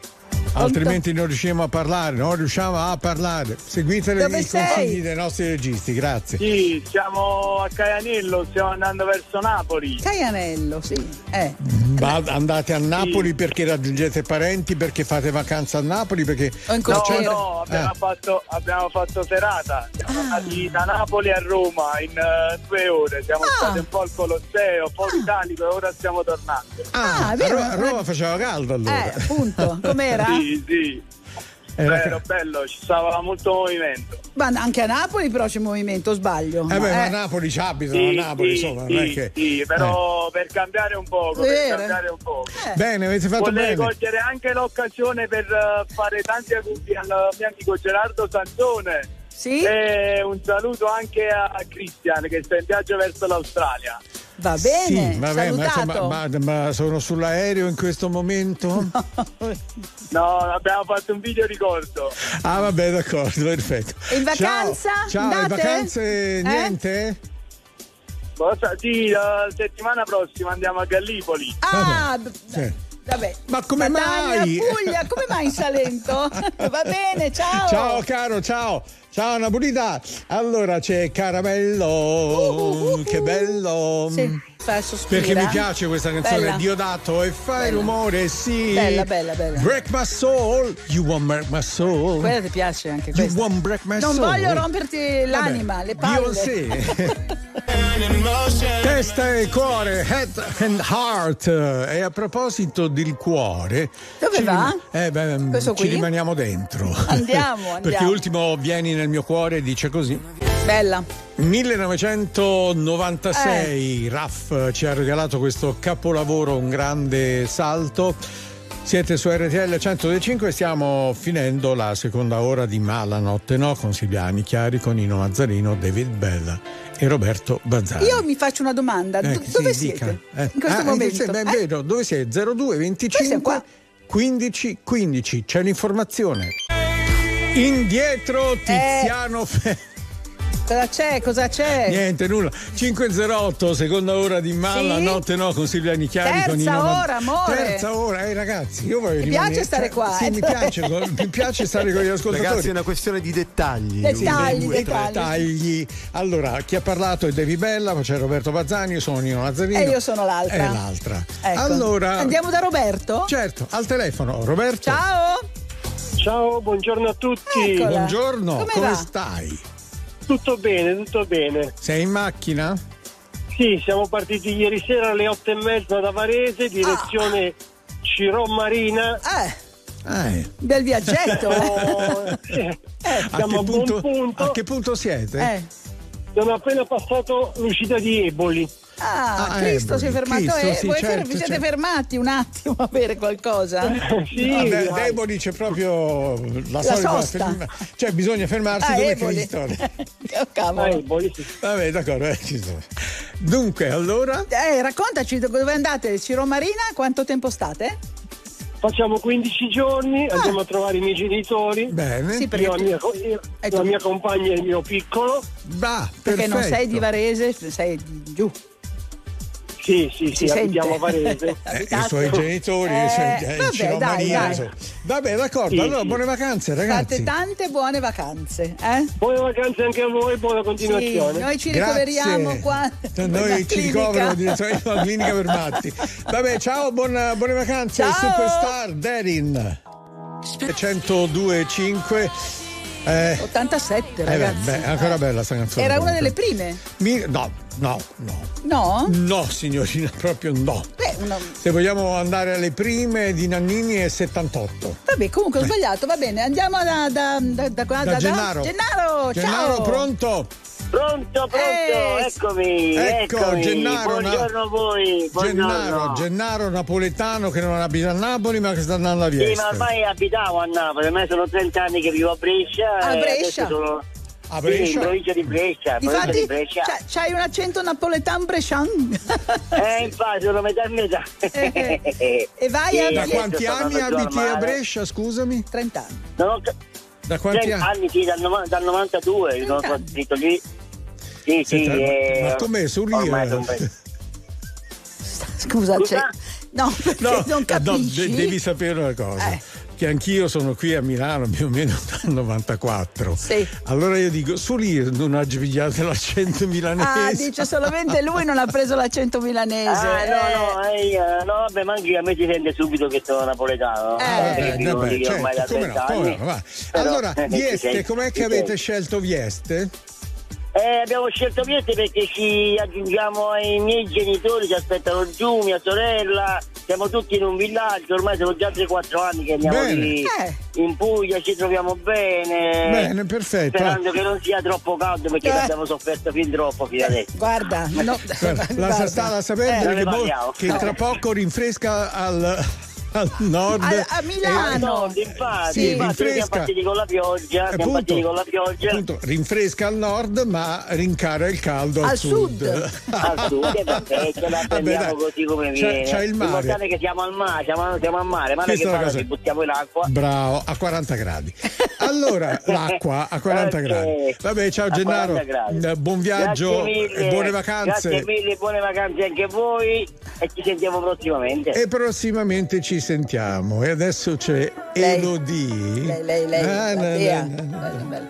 Speaker 2: altrimenti non riusciamo a parlare, non riusciamo a parlare. Seguite le-
Speaker 1: Dove
Speaker 2: i
Speaker 1: sei?
Speaker 2: consigli dei nostri registi, grazie.
Speaker 4: Sì, siamo a Caianello, stiamo andando verso Napoli.
Speaker 1: Caianello, sì. Eh.
Speaker 2: Ma andate a Napoli perché raggiungete parenti, perché fate vacanza a Napoli, perché
Speaker 1: O in
Speaker 4: No,
Speaker 1: crociera.
Speaker 4: no, abbiamo,
Speaker 2: Ah.
Speaker 4: fatto, abbiamo fatto serata. Siamo
Speaker 1: Ah.
Speaker 4: andati da Napoli a Roma in eh, due ore. Siamo
Speaker 1: Ah.
Speaker 4: stati un po' al Colosseo, un po' l'Italico e ora stiamo tornando.
Speaker 1: Ah,
Speaker 2: a
Speaker 1: vero?
Speaker 2: Ro- a Roma faceva caldo allora.
Speaker 1: Eh, appunto, com'era?
Speaker 4: Sì, sì.
Speaker 2: Era ca-
Speaker 4: Bello, bello, ci stava molto movimento.
Speaker 1: Ma anche a Napoli però c'è movimento, sbaglio.
Speaker 2: Eh beh, ma a
Speaker 1: Eh,
Speaker 2: Napoli ci abitano,
Speaker 4: Sì,
Speaker 2: a Napoli,
Speaker 4: sì,
Speaker 2: insomma,
Speaker 4: sì,
Speaker 2: non è che...
Speaker 4: sì, però per cambiare un poco, per
Speaker 1: Vero.
Speaker 4: cambiare un poco.
Speaker 1: eh.
Speaker 2: Eh. Bene, avete fatto
Speaker 4: Vorrei
Speaker 2: bene.
Speaker 4: cogliere anche l'occasione per eh, fare tanti auguri al mio amico Gerardo Santone.
Speaker 1: Sì?
Speaker 4: E un saluto anche a Christian che sta in viaggio verso l'Australia.
Speaker 1: Va bene,
Speaker 2: Sì, va bene, ma,
Speaker 1: salutato.
Speaker 2: insomma, ma- ma sono sull'aereo in questo momento?
Speaker 4: No, abbiamo fatto un video ricordo.
Speaker 2: Ah, vabbè, d'accordo, perfetto. Ciao,
Speaker 1: In vacanza?
Speaker 2: Ciao, in
Speaker 1: Andate?
Speaker 2: vacanze
Speaker 1: Eh?
Speaker 2: niente?
Speaker 4: Cosa? Boh, Sì, la settimana prossima andiamo a Gallipoli.
Speaker 1: Ah,
Speaker 2: Vabbè,
Speaker 1: b-
Speaker 2: sì.
Speaker 1: vabbè.
Speaker 2: Ma come
Speaker 1: Catania,
Speaker 2: mai?
Speaker 1: Puglia, come mai in Salento? Va bene, ciao.
Speaker 2: Ciao caro, ciao! Ciao Napolità! Allora c'è Caramello,
Speaker 1: Uh, uh, uh,
Speaker 2: che
Speaker 1: uh.
Speaker 2: bello!
Speaker 1: Sì, fa sospira.
Speaker 2: Perché mi piace questa canzone,
Speaker 1: Bella.
Speaker 2: Diodato e fai
Speaker 1: Bella.
Speaker 2: rumore, sì!
Speaker 1: Bella, bella, bella.
Speaker 2: Break my soul, you want break my soul?
Speaker 1: Quella ti piace anche
Speaker 2: You
Speaker 1: questa.
Speaker 2: want break my
Speaker 1: Non
Speaker 2: soul?
Speaker 1: voglio romperti l'anima,
Speaker 2: Vabbè,
Speaker 1: le palle.
Speaker 2: Beyoncé. Testa e cuore, head and heart. E a proposito del cuore,
Speaker 1: Dove
Speaker 2: ci
Speaker 1: va?
Speaker 2: rim- eh, beh, mm,
Speaker 1: Questo
Speaker 2: ci
Speaker 1: qui?
Speaker 2: rimaniamo dentro.
Speaker 1: Andiamo, andiamo.
Speaker 2: Perché ultimo vieni nel mio cuore dice così.
Speaker 1: Bella.
Speaker 2: 1996 Raff ci ha regalato questo capolavoro, un grande salto. Siete su RTL 125 e stiamo finendo la seconda ora di Malanotte No con Silviani Chiari, con Nino Mazzarino, David Bella e Roberto Bazzani.
Speaker 1: Io mi faccio una domanda. Do-
Speaker 2: Ah. Eh, sì, dica.
Speaker 1: dove siete?
Speaker 2: Eh.
Speaker 1: In questo
Speaker 2: Ah,
Speaker 1: momento.
Speaker 2: sì, beh, È
Speaker 1: Eh?
Speaker 2: vero, dove sei? 02 25
Speaker 1: siamo qua.
Speaker 2: 15 15. C'è l'informazione. Indietro Tiziano Ferro.
Speaker 1: Eh. Cosa c'è? Cosa c'è?
Speaker 2: Niente, nulla. 508, seconda ora di Mala,
Speaker 1: Sì.
Speaker 2: notte no, con Silvia Nicchiari.
Speaker 1: Terza
Speaker 2: con Nino Man-
Speaker 1: ora, amore.
Speaker 2: Terza ora, eh ragazzi, io voglio
Speaker 1: Ti
Speaker 2: rimanere... cioè,
Speaker 1: piace stare qua,
Speaker 2: Sì,
Speaker 1: eh?
Speaker 2: mi piace, con- mi piace stare con gli ascoltatori.
Speaker 3: Ragazzi, è una questione di dettagli.
Speaker 1: Dettagli,
Speaker 3: Uno, due, tre.
Speaker 1: dettagli.
Speaker 2: Tagli. Allora, chi ha parlato è Devi Bella, poi c'è Roberto Bazzani, io sono Nino Mazzarino.
Speaker 1: E io sono l'altra.
Speaker 2: E l'altra.
Speaker 1: Ecco.
Speaker 2: Allora,
Speaker 1: Andiamo da Roberto?
Speaker 2: certo, al telefono, Roberto.
Speaker 1: Ciao.
Speaker 4: Ciao, buongiorno a tutti.
Speaker 1: Eccola.
Speaker 2: Buongiorno,
Speaker 1: Come
Speaker 2: come,
Speaker 1: va?
Speaker 2: stai?
Speaker 4: Tutto bene, tutto bene.
Speaker 2: Sei in macchina?
Speaker 4: Sì, siamo partiti ieri sera alle otto e mezza da Varese, direzione Cirò Marina.
Speaker 1: Ah. Eh,
Speaker 2: Eh.
Speaker 1: bel viaggetto. eh.
Speaker 4: Eh,
Speaker 2: A che,
Speaker 4: siamo a buon
Speaker 2: punto,
Speaker 4: punto.
Speaker 2: a che punto siete?
Speaker 1: Eh.
Speaker 4: Sono appena passato l'uscita di Eboli.
Speaker 1: Ah,
Speaker 2: Ah,
Speaker 1: Cristo
Speaker 2: Eboli,
Speaker 1: si è fermato.
Speaker 2: Cristo,
Speaker 1: eh,
Speaker 2: sì,
Speaker 1: voi
Speaker 2: certo,
Speaker 1: fer- vi siete
Speaker 2: certo.
Speaker 1: fermati un attimo a bere qualcosa?
Speaker 4: Eh, Sì,
Speaker 2: Ah, beh,
Speaker 4: dai.
Speaker 2: Deboli c'è proprio la, solita
Speaker 1: sosta.
Speaker 2: ferma- cioè bisogna fermarsi
Speaker 1: Ah,
Speaker 2: dove
Speaker 1: Eboli.
Speaker 2: finiscono.
Speaker 1: oh,
Speaker 4: Ah,
Speaker 1: cavolo.
Speaker 4: Eboli, sì.
Speaker 2: Vabbè, d'accordo, eh, ci sono. Dunque, allora
Speaker 1: Eh, raccontaci do- dove andate, Ciro Marina, quanto tempo state?
Speaker 4: Facciamo 15 giorni, andiamo a trovare i miei genitori.
Speaker 2: bene.
Speaker 1: Ah. Sì, perché,
Speaker 4: Io, la mia, co- io-
Speaker 1: Ecco.
Speaker 4: la mia compagna e il mio piccolo.
Speaker 2: Va,
Speaker 1: perché non
Speaker 2: perfetto.
Speaker 1: sei di Varese, sei di giù.
Speaker 4: Sì, sì, sì,
Speaker 1: Si
Speaker 4: abitiamo a
Speaker 1: sente.
Speaker 4: Varese.
Speaker 2: Eh, I
Speaker 1: Abitate.
Speaker 2: suoi genitori,
Speaker 1: Eh,
Speaker 2: i suoi- eh,
Speaker 1: vabbè,
Speaker 2: Ciro
Speaker 1: dai,
Speaker 2: Maria,
Speaker 1: dai.
Speaker 2: insomma. Vabbè, d'accordo.
Speaker 4: Sì,
Speaker 2: allora,
Speaker 4: sì.
Speaker 2: buone vacanze, ragazzi.
Speaker 1: Fate tante buone vacanze, eh?
Speaker 4: Buone vacanze anche a voi, buona
Speaker 1: Sì,
Speaker 4: continuazione.
Speaker 1: noi ci
Speaker 2: Grazie.
Speaker 1: ricoveriamo qua. nella
Speaker 2: Noi ci
Speaker 1: clinica.
Speaker 2: ricovero direttamente alla clinica per matti. Vabbè, ciao, buona- buone vacanze,
Speaker 1: Ciao.
Speaker 2: superstar Derin. 102,5. Eh,
Speaker 1: 87,
Speaker 2: eh beh,
Speaker 1: ragazzi.
Speaker 2: beh, è ancora bella sta canzone.
Speaker 1: Era una
Speaker 2: comunque.
Speaker 1: delle Oh? prime,
Speaker 2: Mi- no, no, no.
Speaker 1: no?
Speaker 2: No, signorina, proprio no.
Speaker 1: Beh, una-
Speaker 2: Se vogliamo andare alle prime di Nannini è 78.
Speaker 1: Vabbè, comunque ho sbagliato, va bene. Andiamo da, da, da, da, Ah, da,
Speaker 2: Da Gennaro.
Speaker 1: Gennaro, ciao.
Speaker 2: Gennaro, pronto?
Speaker 7: Pronto, pronto,
Speaker 1: Eh,
Speaker 7: eccomi,
Speaker 2: ecco,
Speaker 7: eccomi.
Speaker 2: Gennaro,
Speaker 7: buongiorno a voi, buongiorno.
Speaker 2: Gennaro, Gennaro napoletano che non abita a Napoli ma che sta andando a
Speaker 7: Sì,
Speaker 2: Vieste.
Speaker 7: ma ormai abitavo a Napoli, ormai sono 30 anni che vivo a Brescia.
Speaker 1: A
Speaker 7: eh,
Speaker 1: Brescia?
Speaker 7: adesso sono
Speaker 2: A
Speaker 7: Sì, in
Speaker 2: Brescia?
Speaker 7: provincia di Brescia, provincia
Speaker 1: Difatti,
Speaker 7: di Brescia.
Speaker 1: c'ha- c'hai un accento napoletan brescian.
Speaker 7: Eh, infatti, sono metà e metà.
Speaker 1: Eh, eh. E vai a-
Speaker 2: Da
Speaker 7: adesso
Speaker 2: quanti
Speaker 7: sono
Speaker 2: anni
Speaker 7: andato giù
Speaker 2: abiti
Speaker 7: al
Speaker 2: a
Speaker 7: mare.
Speaker 2: Brescia, scusami?
Speaker 1: 30 anni.
Speaker 7: Non ho ca-
Speaker 2: Da quanti
Speaker 7: 30
Speaker 2: anni?
Speaker 7: Cioè, anni, sì, dal, nova- dal 92, io sono
Speaker 1: 30 anni.
Speaker 7: partito lì. Sì, sì,
Speaker 2: Senta, ma-
Speaker 7: eh,
Speaker 2: ma com'è, Suria?
Speaker 7: ormai sono un-
Speaker 1: Scusa, c'è.
Speaker 7: Scusa?
Speaker 1: No, perché non
Speaker 2: no,
Speaker 1: capisci.
Speaker 2: de- devi sapere una cosa.
Speaker 1: Eh.
Speaker 2: che anch'io sono qui a Milano più o meno dal 94.
Speaker 1: Sì.
Speaker 2: Allora io dico, solo io non ha gibigliato l'accento milanese.
Speaker 1: Ah, dice solamente lui non ha preso l'accento milanese.
Speaker 7: Ah,
Speaker 1: eh.
Speaker 7: no, no, eh, io- no, vabbè, ma anche a me si sente subito che sono napoletano.
Speaker 1: Eh,
Speaker 7: Perché
Speaker 2: Eh,
Speaker 7: vivo
Speaker 2: vabbè,
Speaker 7: lì ormai da
Speaker 2: certo, come no,
Speaker 7: 30
Speaker 2: come
Speaker 7: anni.
Speaker 2: no, va.
Speaker 7: Però-
Speaker 2: Allora, Vieste,
Speaker 7: sì,
Speaker 2: com'è che
Speaker 7: sì, sì.
Speaker 2: avete scelto Vieste?
Speaker 7: Eh, abbiamo scelto Vieste perché ci aggiungiamo ai miei genitori che aspettano giù, mia sorella. Siamo tutti in un villaggio, ormai sono già 3-4 anni che andiamo
Speaker 2: Bene.
Speaker 7: lì
Speaker 1: Eh.
Speaker 7: in Puglia, ci troviamo bene.
Speaker 2: Bene, eh, perfetto.
Speaker 7: Sperando che non sia troppo caldo perché
Speaker 1: Eh.
Speaker 7: ne abbiamo sofferto fin troppo fino adesso.
Speaker 1: Guarda, Ah, no,
Speaker 2: Guarda, La
Speaker 1: guarda.
Speaker 2: Sastala sapete
Speaker 7: Eh,
Speaker 2: che,
Speaker 7: non ne
Speaker 2: boh-
Speaker 7: parliamo.
Speaker 2: che tra poco rinfresca al, al nord. Eh,
Speaker 1: A, a
Speaker 7: Ah,
Speaker 1: Milano.
Speaker 7: no, infatti,
Speaker 2: Sì,
Speaker 7: infatti,
Speaker 2: rinfresca.
Speaker 7: siamo partiti con la pioggia, siamo
Speaker 2: Appunto,
Speaker 7: partiti con la pioggia
Speaker 2: appunto, rinfresca al nord, ma rincara il caldo al,
Speaker 1: Al sud.
Speaker 7: al sud e vabbè, ce la
Speaker 2: Vabbè,
Speaker 7: prendiamo
Speaker 2: dai,
Speaker 7: così
Speaker 2: c'è-
Speaker 7: come viene.
Speaker 2: c'è il
Speaker 7: L'importante
Speaker 2: mare.
Speaker 7: è che siamo al mare, siamo, siamo al mare, ma non è
Speaker 2: Questa
Speaker 7: che
Speaker 2: è la
Speaker 7: poi
Speaker 2: cosa.
Speaker 7: ci buttiamo in acqua.
Speaker 2: Bravo, a 40 gradi. Allora, l'acqua a 40
Speaker 7: Ok.
Speaker 2: gradi. Vabbè, ciao
Speaker 7: A
Speaker 2: Gennaro,
Speaker 7: 40 gradi.
Speaker 2: eh, buon viaggio,
Speaker 7: Grazie mille.
Speaker 2: e buone vacanze.
Speaker 7: Grazie mille, buone vacanze anche a voi e ci sentiamo prossimamente.
Speaker 2: E prossimamente ci sentiamo. E adesso c'è
Speaker 1: Lei.
Speaker 2: Elodie.
Speaker 1: Lei, Eh, lei, lei.
Speaker 2: Ah,
Speaker 1: la
Speaker 2: na,
Speaker 1: Dea.
Speaker 2: na, na, na.
Speaker 1: Bella, bella.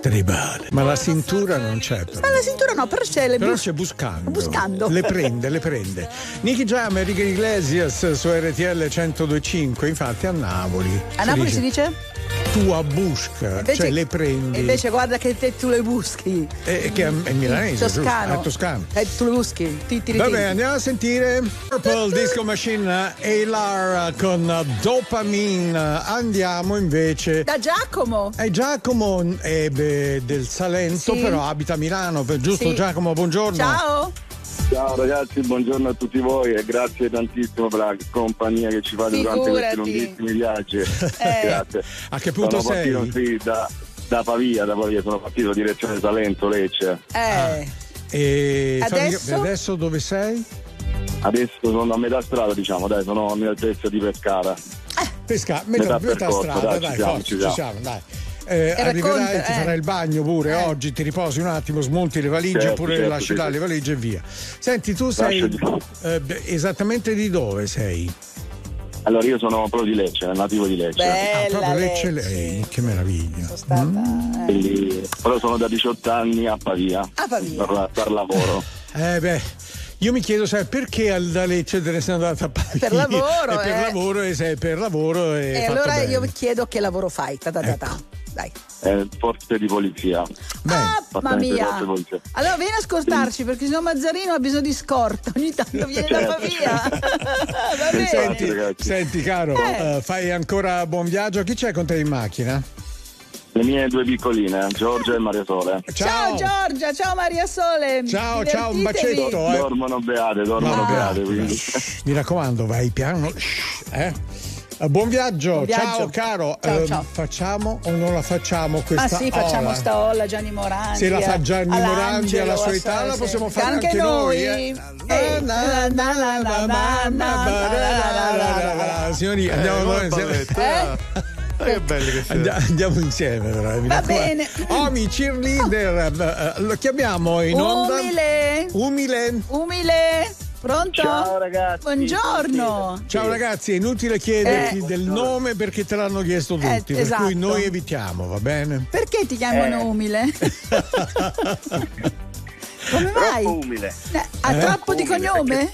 Speaker 2: Tribale. Ma la cintura non c'è. Però.
Speaker 1: Ma Ah, la cintura no, però c'è le
Speaker 2: Però
Speaker 1: bus-
Speaker 2: c'è Buscando.
Speaker 1: Buscando.
Speaker 2: Le prende, le prende. Nicky Jam, Enrique Iglesias su RTL 1025, infatti a Napoli.
Speaker 1: A Napoli si dice?
Speaker 2: Tua busca, cioè le prendi.
Speaker 1: Invece guarda che te tu le buschi.
Speaker 2: Eh, che è, è milanese, giusto?
Speaker 1: Toscano.
Speaker 2: Ah, toscano.
Speaker 1: Eh, tu le buschi. Ti, ti,
Speaker 2: Va
Speaker 1: ti.
Speaker 2: bene, andiamo a sentire Purple Disco Machine eh, ALAR con eh, Dopamine. Andiamo invece
Speaker 1: Da Giacomo.
Speaker 2: Eh, Giacomo è beh, del Salento,
Speaker 1: Sì.
Speaker 2: però abita a Milano, per- giusto
Speaker 1: Sì.
Speaker 2: Giacomo, buongiorno.
Speaker 1: Ciao.
Speaker 10: Ciao ragazzi, buongiorno a tutti voi e grazie tantissimo per la compagnia che ci fate durante questi
Speaker 1: Figurati. Eh.
Speaker 10: lunghissimi viaggi. grazie.
Speaker 2: A che punto
Speaker 10: sono
Speaker 2: sei?
Speaker 10: partito qui da, da Pavia, da Pavia, sono partito direzione Salento, Lecce.
Speaker 1: Eh.
Speaker 2: E
Speaker 1: Adesso?
Speaker 2: Ah, fammi- adesso dove sei?
Speaker 10: Adesso sono a metà strada, diciamo, dai, sono all'altezza di Pescara.
Speaker 2: Pesca, metà,
Speaker 10: Metà
Speaker 2: metà
Speaker 10: percorso,
Speaker 2: strada,
Speaker 10: dai,
Speaker 2: dai,
Speaker 10: ci siamo,
Speaker 2: forza,
Speaker 10: ci
Speaker 2: ci
Speaker 10: siamo.
Speaker 2: siamo, dai. Eh, arriverai,
Speaker 1: racconta,
Speaker 2: ti
Speaker 1: eh.
Speaker 2: farai il bagno pure
Speaker 1: Eh.
Speaker 2: oggi, ti riposi un attimo, smonti le valigie
Speaker 10: Certo,
Speaker 2: oppure
Speaker 10: certo,
Speaker 2: lasci
Speaker 10: sì,
Speaker 2: là
Speaker 10: sì.
Speaker 2: le valigie e via. Senti, tu sei
Speaker 10: Lascio
Speaker 2: eh, beh, esattamente di dove sei?
Speaker 10: Allora io sono proprio di Lecce, nativo di Lecce.
Speaker 2: Ah,
Speaker 1: Bella.
Speaker 2: proprio Lecce, lei,
Speaker 1: Lecce.
Speaker 2: che meraviglia. Mm?
Speaker 1: Sono stata. eh.
Speaker 10: Quindi- però sono da 18 anni a Pavia,
Speaker 1: Pavia.
Speaker 10: Per, per lavoro.
Speaker 2: Eh beh, io mi chiedo sai, perché al da Lecce te ne sei andata a Pavia?
Speaker 1: Per lavoro,
Speaker 2: E per
Speaker 1: eh.
Speaker 2: lavoro, e sei per lavoro. E,
Speaker 1: E
Speaker 2: fatto
Speaker 1: allora
Speaker 2: bene.
Speaker 1: io vi chiedo che lavoro fai. Ta, ta, ta, ta. Dai.
Speaker 10: Eh, forze di polizia.
Speaker 2: Bene.
Speaker 1: Ah, Mamma
Speaker 10: Appartenente
Speaker 1: mia.
Speaker 10: alle forze.
Speaker 1: Allora vieni a ascoltarci perché sennò Mazzarino ha bisogno di scorta. Ogni tanto viene da
Speaker 10: Certo.
Speaker 1: Pavia. Va bene.
Speaker 2: Senti,
Speaker 10: ragazzi.
Speaker 2: senti, caro,
Speaker 1: Eh.
Speaker 2: eh, fai ancora buon viaggio. Chi c'è con te in macchina?
Speaker 10: Le mie due piccoline, Giorgia e Maria Sole.
Speaker 1: Ciao. Giorgia, ciao Maria Sole.
Speaker 2: Ciao, ciao, un
Speaker 1: Divertitevi.
Speaker 2: bacetto. eh.
Speaker 10: Dormono beate, dormono
Speaker 2: Ma-
Speaker 10: beate. Quindi.
Speaker 2: Mi raccomando, vai piano. shh, eh. Eh, Buon viaggio,
Speaker 1: Buon viaggio.
Speaker 2: ciao caro.
Speaker 1: Ciao,
Speaker 2: Eh,
Speaker 1: ciao.
Speaker 2: Facciamo o non la facciamo
Speaker 1: Ma
Speaker 2: questa
Speaker 1: sì, facciamo
Speaker 2: ola?
Speaker 1: sta olla Gianni Morandi.
Speaker 2: Se la fa Gianni
Speaker 1: eh,
Speaker 2: Morandi alla sua
Speaker 1: all'Angelo,
Speaker 2: età,
Speaker 1: eh,
Speaker 2: la
Speaker 1: sì.
Speaker 2: possiamo fare anche, noi. eh.
Speaker 1: Eh, na, na, na, na, na, na, na, na, na.
Speaker 2: Ah, Signori, andiamo
Speaker 3: Eh,
Speaker 2: noi
Speaker 3: buon
Speaker 2: insieme.
Speaker 3: balletto,
Speaker 1: Eh?
Speaker 3: eh. Eh, che belli che siete.
Speaker 2: Andia- Andiamo insieme, però. eh, mi
Speaker 1: Va
Speaker 2: raccomando.
Speaker 1: bene.
Speaker 2: Omi, cheerleader, eh, eh, lo chiamiamo in onda.
Speaker 1: Umile,
Speaker 2: Umile.
Speaker 1: umile, pronto?
Speaker 7: Ciao, ragazzi.
Speaker 1: Buongiorno.
Speaker 2: Ciao ragazzi, è inutile chiederti
Speaker 1: Eh.
Speaker 2: del nome perché te l'hanno chiesto tutti,
Speaker 1: Eh,
Speaker 2: per
Speaker 1: esatto.
Speaker 2: cui noi evitiamo, va bene?
Speaker 1: Perché ti
Speaker 7: Eh.
Speaker 1: chiamano umile? Come mai?
Speaker 7: Troppo umile.
Speaker 1: Eh, Ha
Speaker 2: Eh?
Speaker 1: troppo di
Speaker 7: Umile,
Speaker 1: cognome?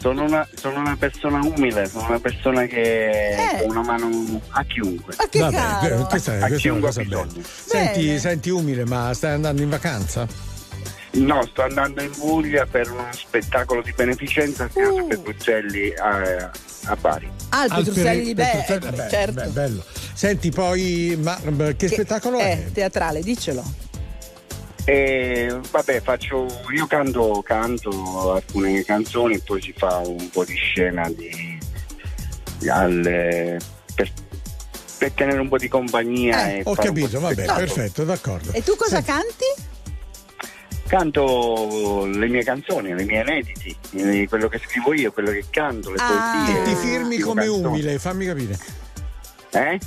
Speaker 7: Sono una, sono una persona umile, sono una persona che
Speaker 1: Eh.
Speaker 7: dà una mano a chiunque.
Speaker 1: Ma che
Speaker 2: Vabbè,
Speaker 1: caro.
Speaker 2: eh, questa, è-
Speaker 7: A
Speaker 2: questa è una
Speaker 7: chiunque
Speaker 2: cosa
Speaker 7: ha
Speaker 2: bella.
Speaker 7: bisogno.
Speaker 2: Senti,
Speaker 1: Bene.
Speaker 2: senti umile, ma stai andando in vacanza?
Speaker 7: No, sto andando in Puglia per uno spettacolo di beneficenza al Teatro Petruzzelli a, eh, a Bari.
Speaker 1: Ah, il
Speaker 2: Al
Speaker 1: Petruzzelli di Be-
Speaker 2: Petruzzelli-
Speaker 1: eh,
Speaker 2: beh,
Speaker 1: certo.
Speaker 2: beh, bello. Senti, poi ma, ma che, spettacolo è?
Speaker 1: teatrale, dicelo.
Speaker 7: E vabbè, faccio, io canto, canto alcune canzoni, poi si fa un po' di scena di, di- al- per, per tenere un po' di compagnia.
Speaker 1: Eh,
Speaker 7: e
Speaker 2: Ho
Speaker 7: fare un po'
Speaker 2: capito,
Speaker 7: di
Speaker 2: va bene,
Speaker 7: spettacolo.
Speaker 2: perfetto, d'accordo.
Speaker 1: E tu cosa canti?
Speaker 7: Canto le mie canzoni, le mie inediti, eh, quello che scrivo io, quello che canto, le
Speaker 1: Ah.
Speaker 7: poesie.
Speaker 2: Ti firmi
Speaker 7: scrivo
Speaker 2: come
Speaker 7: canzoni.
Speaker 2: umile, fammi capire.
Speaker 7: Eh?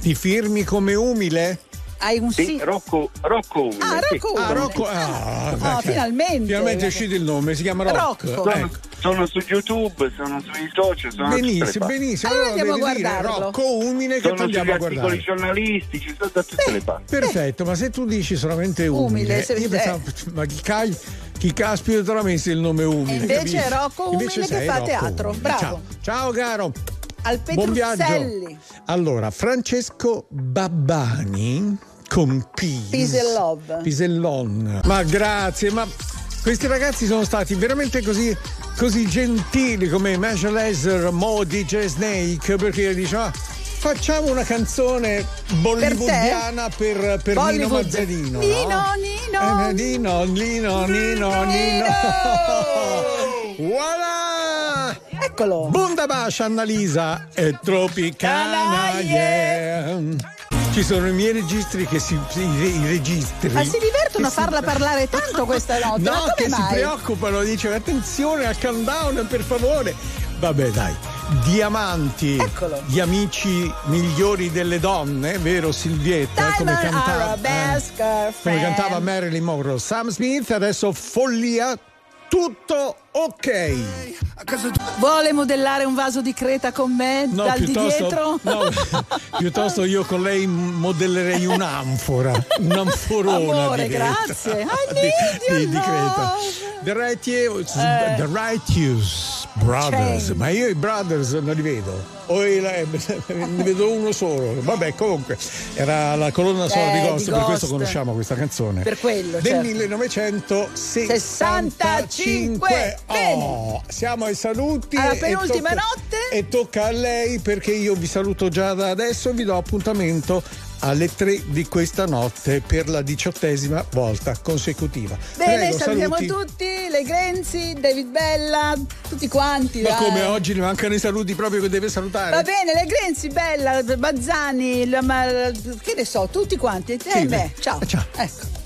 Speaker 2: Ti firmi come umile?
Speaker 1: Hai un
Speaker 7: sì,
Speaker 1: sì?
Speaker 7: Rocco, Rocco Umile,
Speaker 1: Ah,
Speaker 7: sì.
Speaker 1: Rocco Umile.
Speaker 2: Ah,
Speaker 1: Oh,
Speaker 2: perché-
Speaker 1: finalmente.
Speaker 2: Finalmente è uscito il nome, si chiama Rock.
Speaker 7: Sono,
Speaker 2: Ecco.
Speaker 7: sono su YouTube, sono sui social, sono da tutte le
Speaker 2: Benissimo,
Speaker 7: parti.
Speaker 2: benissimo.
Speaker 1: Allora
Speaker 2: devi
Speaker 1: andiamo a
Speaker 2: dire
Speaker 1: guardarlo.
Speaker 2: Rocco Umile che
Speaker 7: Sono
Speaker 2: ti
Speaker 7: sugli
Speaker 2: andiamo a
Speaker 7: articoli
Speaker 2: guardare.
Speaker 7: giornalistici, sono da tutte le parti.
Speaker 2: Perfetto, ma se tu dici solamente
Speaker 1: Umile,
Speaker 2: umile,
Speaker 1: se-
Speaker 2: io pensavo, ma chi, ca- chi caspita te l'ha messo il nome umile?
Speaker 1: E invece
Speaker 2: capisci?
Speaker 1: è Rocco Umile che
Speaker 2: sei
Speaker 1: fa
Speaker 2: Rocco
Speaker 1: teatro,
Speaker 2: Umile.
Speaker 1: bravo.
Speaker 2: Ciao, ciao caro.
Speaker 1: Al
Speaker 2: Buon viaggio.
Speaker 1: Petruzzelli.
Speaker 2: Allora, Francesco Babbani con P.
Speaker 1: Pisellov.
Speaker 2: Pisellon. Ma grazie, ma questi ragazzi sono stati veramente così, così gentili come Marshall Laser, Mo, DJ Snake, perché diceva facciamo una canzone bollywoodiana per, per, Nino
Speaker 1: Bollywood.
Speaker 2: Mazzarino.
Speaker 1: Nino,
Speaker 2: no?
Speaker 1: Nino.
Speaker 2: Eh, Nino, Nino, Nino, Nino. Voilà!
Speaker 1: Eccolo.
Speaker 2: Bundabash Annalisa e Tropicana yeah. Ci sono i miei registri che si i, i registri.
Speaker 1: Ma Ah, si divertono a
Speaker 2: che si-
Speaker 1: farla parlare tanto questa notte?
Speaker 2: No,
Speaker 1: ma come
Speaker 2: che si
Speaker 1: mai?
Speaker 2: preoccupano, dice attenzione al countdown per favore. Vabbè, dai. Diamanti,
Speaker 1: Eccolo.
Speaker 2: gli amici migliori delle donne, vero Silvietta? come
Speaker 1: Diamond are
Speaker 2: cantava,
Speaker 1: our best
Speaker 2: eh, come
Speaker 1: girlfriend.
Speaker 2: cantava Marilyn Monroe. Sam Smith, adesso follia, tutto ok.
Speaker 1: Vuole modellare un vaso di creta con me
Speaker 2: No,
Speaker 1: dal di
Speaker 2: piuttosto,
Speaker 1: dietro?
Speaker 2: no, piuttosto io con lei modellerei un'anfora, un'anforona
Speaker 1: Amore,
Speaker 2: di creta.
Speaker 1: grazie. Ah, I
Speaker 2: Di-
Speaker 1: need your
Speaker 2: di, di creta.
Speaker 1: love.
Speaker 2: The, Righteous,
Speaker 1: Eh.
Speaker 2: the Righteous Brothers,
Speaker 1: Change.
Speaker 2: ma io i Brothers non li vedo, o i- ne vedo uno solo. Vabbè, comunque, era la colonna sonora
Speaker 1: Eh,
Speaker 2: di
Speaker 1: di
Speaker 2: Ghost, per questo
Speaker 1: Ghost.
Speaker 2: conosciamo questa canzone.
Speaker 1: Per quello,
Speaker 2: Del
Speaker 1: certo.
Speaker 2: 1965. Oh, siamo ai saluti.
Speaker 1: Alla
Speaker 2: e
Speaker 1: penultima
Speaker 2: tocca-
Speaker 1: notte.
Speaker 2: E tocca a lei perché io vi saluto già da adesso e vi do appuntamento alle 3 di questa notte per la diciottesima volta consecutiva.
Speaker 1: Bene,
Speaker 2: Prego,
Speaker 1: salutiamo
Speaker 2: saluti.
Speaker 1: tutti, le Grenzi, David Bella, tutti quanti.
Speaker 2: Ma
Speaker 1: eh. dai.
Speaker 2: come oggi ne mancano i saluti proprio che deve salutare?
Speaker 1: Va bene, le Grenzi, Bella, Bazzani, la- ma- che ne so, tutti quanti. Eh,
Speaker 2: Sì,
Speaker 1: beh, ciao.
Speaker 2: Ah, ciao.
Speaker 1: Ecco.